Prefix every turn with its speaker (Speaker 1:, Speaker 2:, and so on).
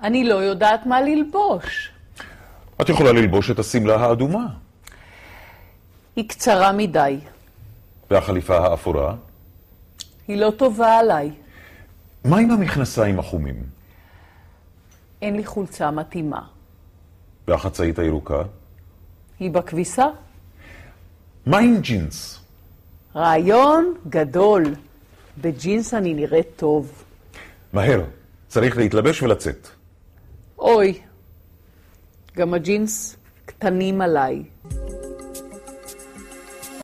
Speaker 1: אני לא יודעת מה ללבוש.
Speaker 2: את יכולה ללבוש את השמלה האדומה,
Speaker 1: היא קצרה מדי.
Speaker 2: והחליפה האפורה.
Speaker 1: היא לא טובה עליי.
Speaker 2: מה עם המכנסיים החומים,
Speaker 1: אין לי חולצה מתאימה.
Speaker 2: והחצאית הירוקה?
Speaker 1: היא בכביסה?
Speaker 2: מה עם ג'ינס?
Speaker 1: רעיון גדול. בג'ינס אני נראית טוב.
Speaker 2: מהר, צריך להתלבש ולצאת.
Speaker 1: אוי, גם הג'ינס קטנים עליי.